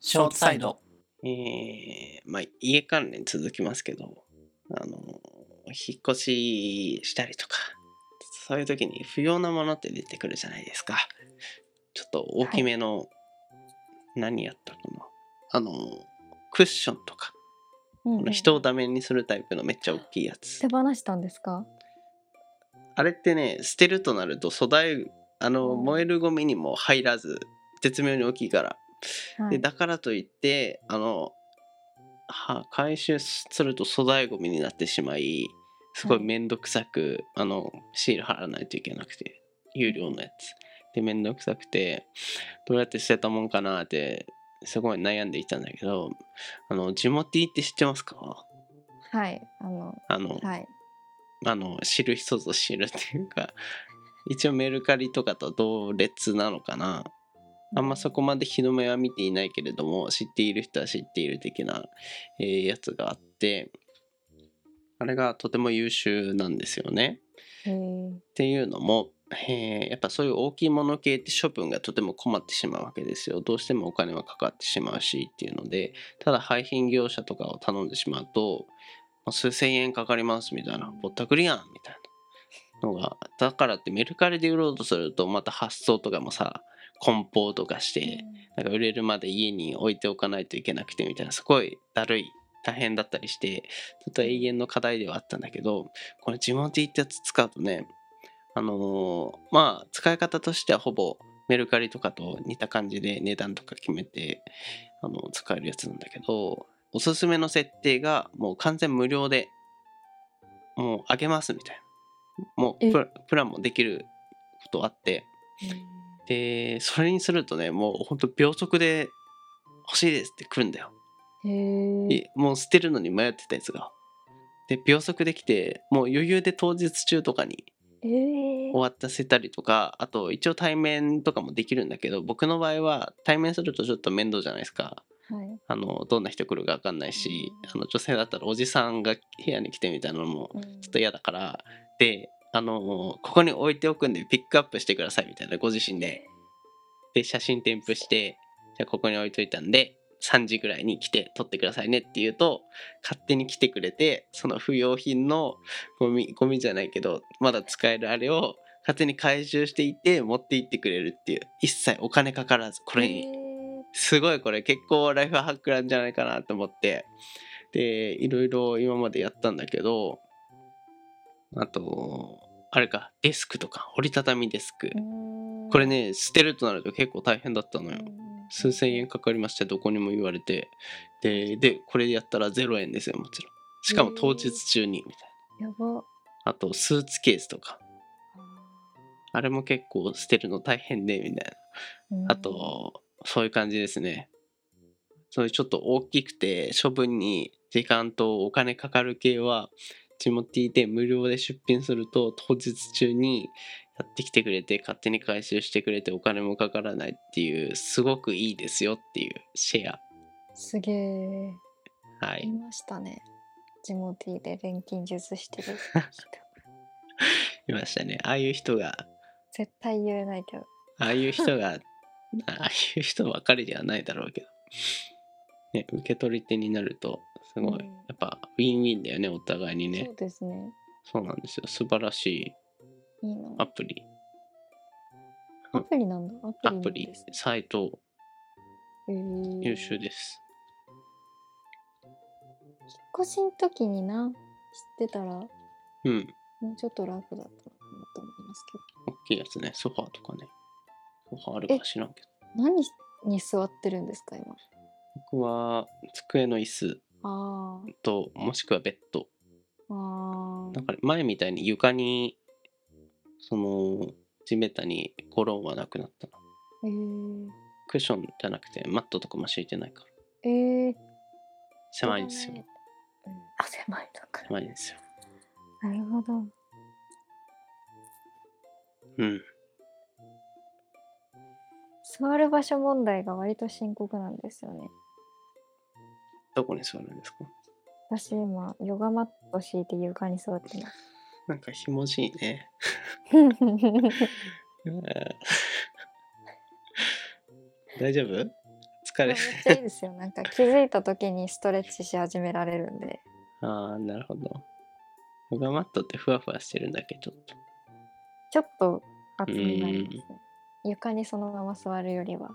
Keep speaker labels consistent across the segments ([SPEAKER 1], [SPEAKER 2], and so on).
[SPEAKER 1] ショートサイド。
[SPEAKER 2] えーまあ、家関連続きますけど、あの、引っ越ししたりとか、そういう時に不要なものって出てくるじゃないですか。ちょっと大きめの、何やったかな。あの、クッションとか、
[SPEAKER 3] うん
[SPEAKER 2] こ
[SPEAKER 3] うん
[SPEAKER 2] の人をダメにするタイプのめっちゃ大きいやつ
[SPEAKER 3] 手。放したんですか
[SPEAKER 2] あれってね、捨てるとなると粗大、あの、
[SPEAKER 3] うん
[SPEAKER 2] 燃えるゴミにも入らず、絶妙に大きいから、
[SPEAKER 3] は
[SPEAKER 2] で
[SPEAKER 3] い
[SPEAKER 2] だからといってあのは回収すると粗大ごみになってしまいすごい
[SPEAKER 3] はい
[SPEAKER 2] 面倒くさく、あのシール貼らないといけなくて有料のやつで面倒くさくてどうやって捨てたもんかなってすごい悩んでいたんだけどあのジモティって知ってますか
[SPEAKER 3] はいあの
[SPEAKER 2] あの、
[SPEAKER 3] はい
[SPEAKER 2] あの知る人ぞ知るっていうか一応メルカリとかと同列なのかなあんまそこまで日の目は見ていないけれども知っている人は知っている的な、えーやつがあってあれがとても優秀なんですよね。
[SPEAKER 3] へー
[SPEAKER 2] っていうのも、えーやっぱそういう大きいもの系って処分がとても困ってしまうわけですよどうしてもお金はかかってしまうしっていうのでただ廃品業者とかを頼んでしまうとまあ数千円かかりますみたいなぼったくりやんみたいなのがだからってメルカリで売ろうとするとまた発送とかもさ梱包とかしてなんか売れるまで家に置いておかないといけなくてみたいなすごいだるい大変だったりしてずっと永遠の課題ではあったんだけどこのジモティってやつ使うとねあのーまあ使い方としてはほぼメルカリとかと似た感じで値段とか決めてあの使えるやつなんだけどおすすめの設定がもう完全無料でもうあげますみたいなもう
[SPEAKER 3] え
[SPEAKER 2] プラプランもできることあってでそれにするとねもうほんと秒速で欲しいですって来るんだよ、
[SPEAKER 3] へー
[SPEAKER 2] いもう捨てるのに迷ってたやつがで秒速できてもう余裕で当日中とかに
[SPEAKER 3] えー
[SPEAKER 2] 終わったせたりとかあと一応対面とかもできるんだけど僕の場合は対面するとちょっと面倒じゃないですか
[SPEAKER 3] はい
[SPEAKER 2] あのどんな人来るか分かんないしあの女性だったらおじさんが部屋に来てみたいなのも
[SPEAKER 3] うん
[SPEAKER 2] ちょっと嫌だからであのここに置いておくんでピックアップしてくださいみたいなご自身でで写真添付してじゃあここに置いといたんで3時ぐらいに来て撮ってくださいねって言うと勝手に来てくれてその不要品のゴミゴミじゃないけどまだ使えるあれを勝手に回収していって持って行ってくれるっていう一切お金かからずこれに
[SPEAKER 3] へー
[SPEAKER 2] すごいこれ結構ライフハックなんじゃないかなと思ってでいろいろ今までやったんだけどあとあれかデスクとか折りたたみデスク
[SPEAKER 3] うん
[SPEAKER 2] これね捨てるとなると結構大変だったのよ
[SPEAKER 3] うん
[SPEAKER 2] 数千円かかりましたどこにも言われてででこれやったら0円ですよもちろんしかも当日中にみたい
[SPEAKER 3] やば
[SPEAKER 2] なあとスーツケースとかあれも結構捨てるの大変でみたいな
[SPEAKER 3] うん
[SPEAKER 2] あと、そういう感じですね。そういうちょっと大きくて、処分に時間とお金かかる系は、ジモティで無料で出品すると、当日中にやってきてくれて、勝手に回収してくれて、お金もかからないっていう、すごくいいですよっていうシェア。
[SPEAKER 3] すげえ
[SPEAKER 2] はいい。
[SPEAKER 3] ましたねジモティで錬金術し てる人
[SPEAKER 2] いましたね。ああいう人が、
[SPEAKER 3] 絶対言えないけど
[SPEAKER 2] ああいう人が、ああいう人ばかりではないだろうけど。ね、受け取り手になると、すごい。
[SPEAKER 3] うん
[SPEAKER 2] やっぱ、ウィンウィンだよね、お互いにね。
[SPEAKER 3] そうですね
[SPEAKER 2] そうなんですよ。素晴らしい
[SPEAKER 3] いいの
[SPEAKER 2] アプリ、
[SPEAKER 3] アプリなんだアプリ
[SPEAKER 2] ア
[SPEAKER 3] なん
[SPEAKER 2] プリ
[SPEAKER 3] です、
[SPEAKER 2] サイト、
[SPEAKER 3] へー
[SPEAKER 2] 優秀です。
[SPEAKER 3] 引っ越しの時にな知ってたらも
[SPEAKER 2] うん。
[SPEAKER 3] うちょっと楽だったのかなと思いますけ
[SPEAKER 2] 大きいやつね。ソファーとかね。ソファーあるか知らんけど。
[SPEAKER 3] ど何に座ってるんですか今
[SPEAKER 2] 僕は、机の椅子
[SPEAKER 3] あー
[SPEAKER 2] と、もしくはベッド。
[SPEAKER 3] あ
[SPEAKER 2] だから、前みたいに床に、その、地べたにゴロンはなくなったな。
[SPEAKER 3] えー、
[SPEAKER 2] クッションじゃなくて、マットとかも敷いてないから。
[SPEAKER 3] えー、
[SPEAKER 2] 狭いんですよ
[SPEAKER 3] う。あ狭いだから
[SPEAKER 2] 狭いんですよ。
[SPEAKER 3] なるほど
[SPEAKER 2] うん。
[SPEAKER 3] 座る場所問題が割と深刻なんですよね
[SPEAKER 2] どこに座るんですか
[SPEAKER 3] 私今ヨガマット敷いて床に座ってます
[SPEAKER 2] なんかひもじいね。 大丈夫疲
[SPEAKER 3] め
[SPEAKER 2] れ
[SPEAKER 3] っちゃ いいですよ。なんか気づいた時にストレッチし始められるんで。
[SPEAKER 2] ああ、なるほど。ヨガマットってふわふわしてるんだけちょっと。
[SPEAKER 3] ちょっと厚みがありますね。床にそのまま座るよりは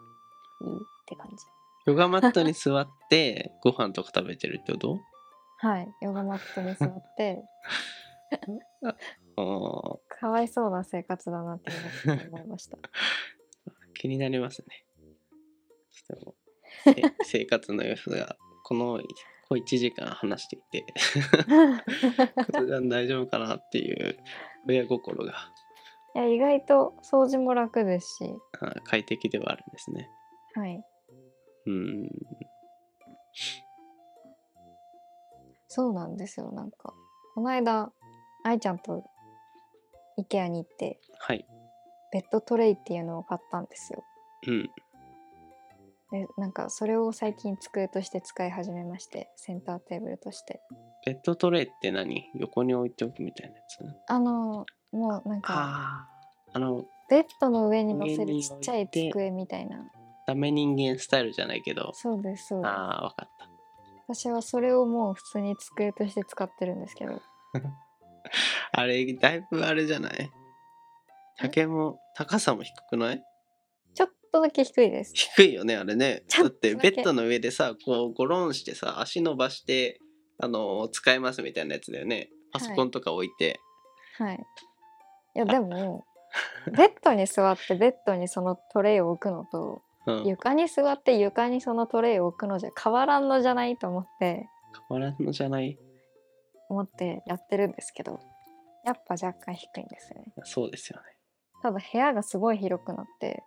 [SPEAKER 3] いいって感じ。
[SPEAKER 2] ヨガマットに座って ご飯とか食べてるってこと
[SPEAKER 3] はい、ヨガマットに座って、
[SPEAKER 2] あ
[SPEAKER 3] かわいそうな生活だなって今思いました。
[SPEAKER 2] ー気になりますね。とてもせ 生活の様子がこのこう1時間話していて普段大丈夫かなっていう親心が
[SPEAKER 3] いや意外と掃除も楽ですし、
[SPEAKER 2] あー快適ではあるんですね。
[SPEAKER 3] はい、
[SPEAKER 2] うん
[SPEAKER 3] そうなんですよ。なんかこの間愛ちゃんと IKEA に行って
[SPEAKER 2] はい。
[SPEAKER 3] ベッドトレイっていうのを買ったんですよ。
[SPEAKER 2] うん
[SPEAKER 3] でなんかそれを最近机として使い始めましてセンターテーブルとして
[SPEAKER 2] ベッドトレイって何横に置いておくみたいなやつ
[SPEAKER 3] あのもうなんか
[SPEAKER 2] あああの
[SPEAKER 3] ベッドの上に乗せ
[SPEAKER 2] 上に置
[SPEAKER 3] る
[SPEAKER 2] いて
[SPEAKER 3] ちっちゃい机みたいな
[SPEAKER 2] ダメ人間スタイルじゃないけど
[SPEAKER 3] そうですそうです
[SPEAKER 2] ああわかった
[SPEAKER 3] 私はそれをもう普通に机として使ってるんですけ ど
[SPEAKER 2] あれだいぶあれじゃない竹も高さも低くない
[SPEAKER 3] ちょっとだけ低いです
[SPEAKER 2] 低いよねあれね
[SPEAKER 3] ち
[SPEAKER 2] だ
[SPEAKER 3] ょ
[SPEAKER 2] っ
[SPEAKER 3] っと
[SPEAKER 2] て
[SPEAKER 3] だ
[SPEAKER 2] ベ
[SPEAKER 3] け
[SPEAKER 2] ッドの上でさこうゴロンしてさ足伸ばしてあの使えますみたいなやつだよねパソコンとか置いて、
[SPEAKER 3] はい いやでもベッドに座ってベッドにそのトレイを置くのと
[SPEAKER 2] うん
[SPEAKER 3] 床に座って床にそのトレイを置くのじゃ変わらんのじゃないと思って
[SPEAKER 2] 変わらんのじゃない
[SPEAKER 3] 思ってやってるんですけどやっぱ若干低いんですよね
[SPEAKER 2] そうですよね
[SPEAKER 3] ただ部屋がすごい広くなって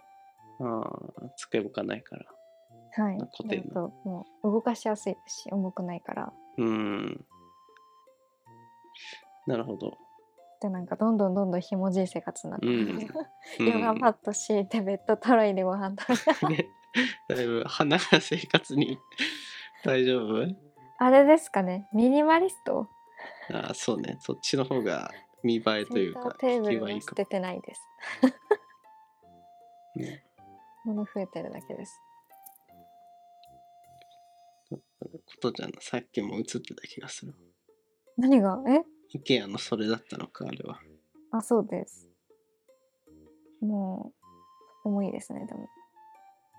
[SPEAKER 2] ああ机置かないから
[SPEAKER 3] はい
[SPEAKER 2] あ固定
[SPEAKER 3] だともう動かしやすいし重くないから
[SPEAKER 2] うんなるほど
[SPEAKER 3] でなんかどんどんどんどんひもじい生活になって、
[SPEAKER 2] うんうん
[SPEAKER 3] ヨガマット敷いてベッドトレイでご飯食べ た
[SPEAKER 2] ねだいぶ花が生活に 大丈夫
[SPEAKER 3] あれですかねミニマリスト
[SPEAKER 2] あーそうねそっちの方が見栄えと
[SPEAKER 3] セ
[SPEAKER 2] い
[SPEAKER 3] ン
[SPEAKER 2] う
[SPEAKER 3] タ
[SPEAKER 2] か
[SPEAKER 3] ーテーブ
[SPEAKER 2] 聞き
[SPEAKER 3] ル
[SPEAKER 2] はい
[SPEAKER 3] も
[SPEAKER 2] い
[SPEAKER 3] 捨
[SPEAKER 2] か
[SPEAKER 3] ててないです
[SPEAKER 2] も、ね、
[SPEAKER 3] 物増えてるだけです
[SPEAKER 2] ことちゃんのさっきも映ってた気がする
[SPEAKER 3] 何がえ
[SPEAKER 2] IKEA のそれだったのかあれは
[SPEAKER 3] あそうですもうとてもいいですねでも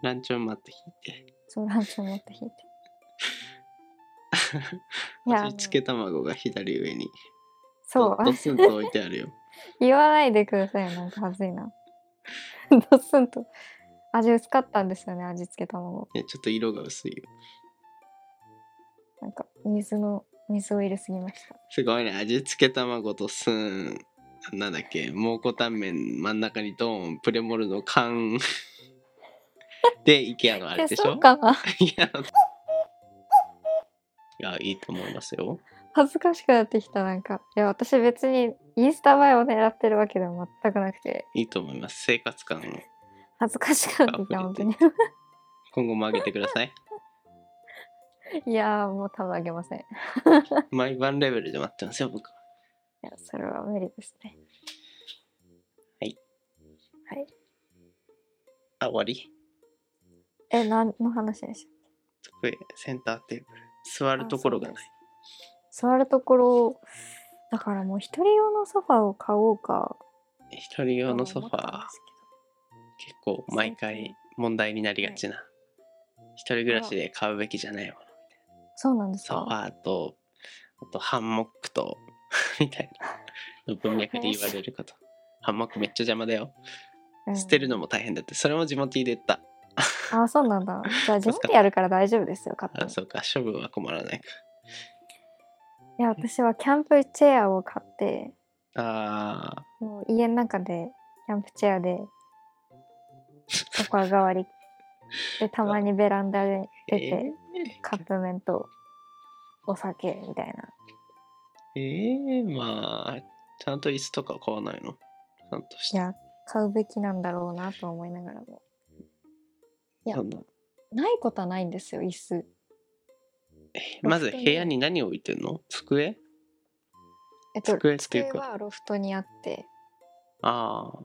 [SPEAKER 2] ランチョンマット引いて
[SPEAKER 3] そうランチを持って引いていやあの
[SPEAKER 2] 味付け卵が左上に
[SPEAKER 3] そ
[SPEAKER 2] ド
[SPEAKER 3] う
[SPEAKER 2] ドスンと置いてあるよ
[SPEAKER 3] 言わないでくださいよなんか恥ずいな ドスンと味薄かったんですよね味付け卵
[SPEAKER 2] ねちょっと色が薄いよ
[SPEAKER 3] なんか水の水を入れすぎました
[SPEAKER 2] すごいね味付け卵とスーンなんだっけ蒙古タンメン真ん中にドーンプレモルの 缶で IKEA のあれ
[SPEAKER 3] え
[SPEAKER 2] でし
[SPEAKER 3] そ
[SPEAKER 2] ょ
[SPEAKER 3] うかない
[SPEAKER 2] やいやいいと思いますよ
[SPEAKER 3] 恥ずかしくなってきたなんかいや私別にインスタ映えを狙ってるわけでも全くなくて
[SPEAKER 2] いいと思います生活感を
[SPEAKER 3] 恥ずかしくなってき た
[SPEAKER 2] あ
[SPEAKER 3] 本当に
[SPEAKER 2] 今後も上げてくだ さい
[SPEAKER 3] いやーもう多分あげませんい
[SPEAKER 2] 毎晩レベルで待ってますよ僕は
[SPEAKER 3] やそれは無理ですね
[SPEAKER 2] はい
[SPEAKER 3] はい
[SPEAKER 2] あ終わり
[SPEAKER 3] え何の話でし
[SPEAKER 2] 机センターテーブル座るところがない
[SPEAKER 3] た座るところだからもう一人用のソファーを買おうか
[SPEAKER 2] 一人用のソファ
[SPEAKER 3] とは
[SPEAKER 2] ー
[SPEAKER 3] 思ったんですけど
[SPEAKER 2] 結構毎回問題になりがちな一人暮らしで買うべきじゃないもの
[SPEAKER 3] そうなんです
[SPEAKER 2] ソフ
[SPEAKER 3] か
[SPEAKER 2] ァーとあとハンモックと みたいなの文脈で言われることハンモックめっちゃ邪魔だよ捨てるのも大変だってそれも地元で言った
[SPEAKER 3] うんあそうなんだじゃあ
[SPEAKER 2] そう
[SPEAKER 3] 自
[SPEAKER 2] っすか
[SPEAKER 3] 分でやるから大丈夫ですよ買って
[SPEAKER 2] あ
[SPEAKER 3] も
[SPEAKER 2] そうか処分は困らない
[SPEAKER 3] いや私はキャンプチェアを買って
[SPEAKER 2] かあ
[SPEAKER 3] もう家の中でキャンプチェ アでソファー代わりでたまにベランダで
[SPEAKER 2] ー
[SPEAKER 3] 出てカップ麺とお酒みたいな
[SPEAKER 2] えー、えーまあちゃんと椅子とか買わないのちゃんとし
[SPEAKER 3] い
[SPEAKER 2] て
[SPEAKER 3] や買うべきなんだろうなと思いながらもいや
[SPEAKER 2] そんな
[SPEAKER 3] ないことはないんですよ椅子
[SPEAKER 2] えまず
[SPEAKER 3] ロフトに
[SPEAKER 2] 部屋に何置いてんの机
[SPEAKER 3] えっと
[SPEAKER 2] 机
[SPEAKER 3] 机
[SPEAKER 2] っていうか
[SPEAKER 3] はロフトにあって
[SPEAKER 2] ああ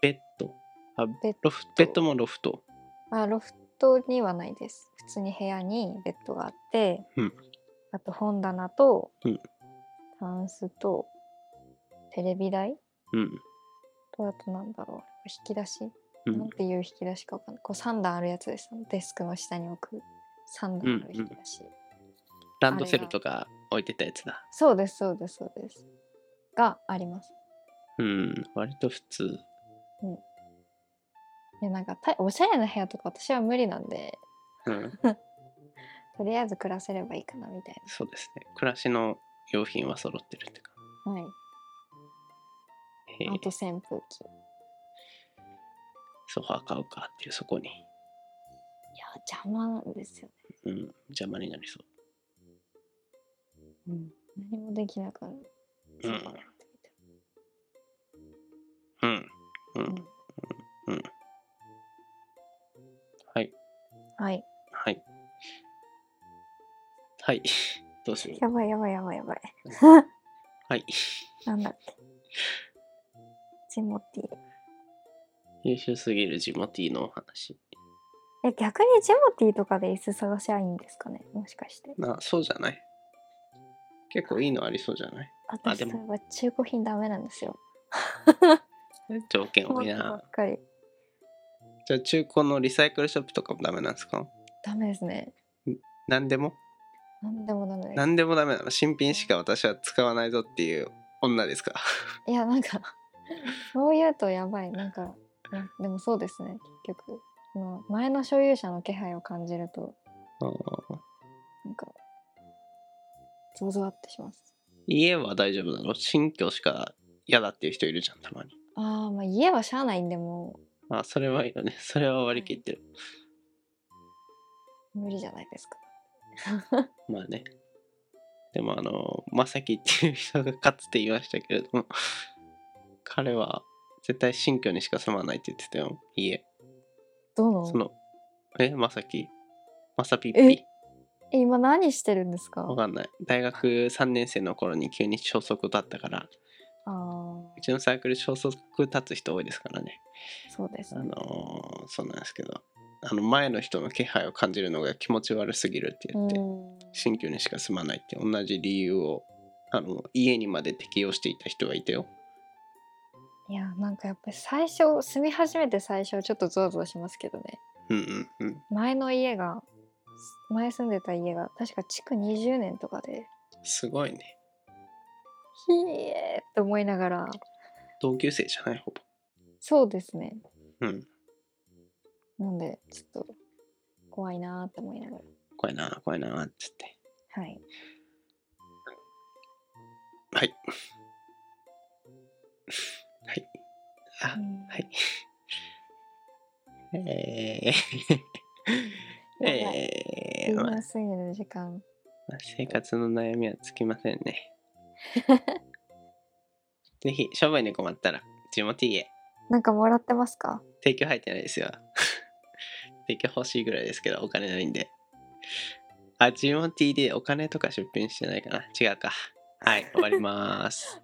[SPEAKER 2] ベッドあ
[SPEAKER 3] ベッ
[SPEAKER 2] ロフベッドもロフト
[SPEAKER 3] あロフドにはないです普通に部屋にベッドがあって、
[SPEAKER 2] うん
[SPEAKER 3] あと本棚と、
[SPEAKER 2] うん
[SPEAKER 3] タンスとテレビ台
[SPEAKER 2] うん。
[SPEAKER 3] とあとなんだろう引き出し、
[SPEAKER 2] うん。
[SPEAKER 3] なんていう引き出しかわかんないこう3段あるやつですデスクの下に置く3段ある引き出し、
[SPEAKER 2] ランドセルとか置いてたやつだ。
[SPEAKER 3] そうですそうですそうですがあります
[SPEAKER 2] うん。割と普通。
[SPEAKER 3] いやなんかたおしゃれな部屋とか私は無理なんで
[SPEAKER 2] うん。
[SPEAKER 3] とりあえず暮らせればいいかなみたい
[SPEAKER 2] そうですね。暮らしの用品は揃ってるって感
[SPEAKER 3] なはい
[SPEAKER 2] じ。へ
[SPEAKER 3] あ
[SPEAKER 2] え
[SPEAKER 3] と扇風機
[SPEAKER 2] ソファー買うかっていうそこに。
[SPEAKER 3] いや邪魔なんですよ、
[SPEAKER 2] うん。邪魔になりそ
[SPEAKER 3] ね何もできなくなる
[SPEAKER 2] う。うん。うん。うん。うん。はい。
[SPEAKER 3] はい
[SPEAKER 2] はい。はい。 どうしよう。
[SPEAKER 3] やばいやばいやばいやばい
[SPEAKER 2] はい。
[SPEAKER 3] なんだっけジモティ
[SPEAKER 2] 優秀すぎるジモティーのお話。
[SPEAKER 3] え逆にジモティとかで椅子探しゃいいんですかねもしかして
[SPEAKER 2] な、そうじゃない結構いいのありそうじゃない
[SPEAKER 3] 私
[SPEAKER 2] で
[SPEAKER 3] そ
[SPEAKER 2] も
[SPEAKER 3] れは中古品ダメなんですよ
[SPEAKER 2] 条件多い
[SPEAKER 3] 持ってば
[SPEAKER 2] な
[SPEAKER 3] っ。かり
[SPEAKER 2] じゃあ中古のリサイクルショップとかもダメなんですか
[SPEAKER 3] ダメですね
[SPEAKER 2] 何でも
[SPEAKER 3] なんでもダメです
[SPEAKER 2] 何でもダメなの新品しか私は使わないぞっていう女ですか
[SPEAKER 3] いやなんか そう言うとやばいなんかなでもそうですね結局その前の所有者の気配を感じると
[SPEAKER 2] あー
[SPEAKER 3] なんかゾワゾワってします
[SPEAKER 2] 家は大丈夫なの新居しか嫌だっていう人いるじゃんたまに。
[SPEAKER 3] あーまあ家はしゃあないんでも
[SPEAKER 2] あそれはいいよね。それは割り切ってる。
[SPEAKER 3] う無理じゃないですか
[SPEAKER 2] まあね。でもあの、まさきっていう人がかつて言いましたけれども、彼は絶対新居にしか住まないって言ってたよ、家。
[SPEAKER 3] どう
[SPEAKER 2] そ
[SPEAKER 3] の
[SPEAKER 2] の、え、まさきまさぴっ
[SPEAKER 3] え
[SPEAKER 2] ぴ
[SPEAKER 3] え今何してるんですか
[SPEAKER 2] わかんない。大学3年生の頃に急に消息立ったから、
[SPEAKER 3] ああ
[SPEAKER 2] うちのサークル消息立つ人多いですからね。
[SPEAKER 3] そうです
[SPEAKER 2] あ
[SPEAKER 3] ね
[SPEAKER 2] のーそうなんですけど、あの前の人の気配を感じるのが気持ち悪すぎるって
[SPEAKER 3] う
[SPEAKER 2] 言って、
[SPEAKER 3] ん
[SPEAKER 2] 新居にしか住まないって同じ理由をあの家にまで適用していた人がいたよ。
[SPEAKER 3] いやなんかやっぱり最初住み始めて最初ちょっとゾワゾワしますけどね
[SPEAKER 2] うんうんうん。
[SPEAKER 3] 前の家が前住んでた家が確か築20年とかです
[SPEAKER 2] ごいね。
[SPEAKER 3] ひえーと思いながら
[SPEAKER 2] 同級生じゃないほ
[SPEAKER 3] そうですね
[SPEAKER 2] ぼ。うん。
[SPEAKER 3] なんでちょっと怖いなーって思いなが
[SPEAKER 2] 怖いな怖いなっつって。
[SPEAKER 3] らはい
[SPEAKER 2] はい。 はい。あ
[SPEAKER 3] うん
[SPEAKER 2] はい。 えー
[SPEAKER 3] やばい
[SPEAKER 2] えー
[SPEAKER 3] 微
[SPEAKER 2] まあ
[SPEAKER 3] 妙すぎる時間
[SPEAKER 2] まあ生活の悩みはつきませんね。ぜひ、商売に困ったら、地元家、
[SPEAKER 3] なんかもらってますか
[SPEAKER 2] 提供入ってないですよ。 提供欲しいぐらいですけど、お金ないんで。あ、ジモティーでお金とか出品してないかな。違うか。はい、終わります。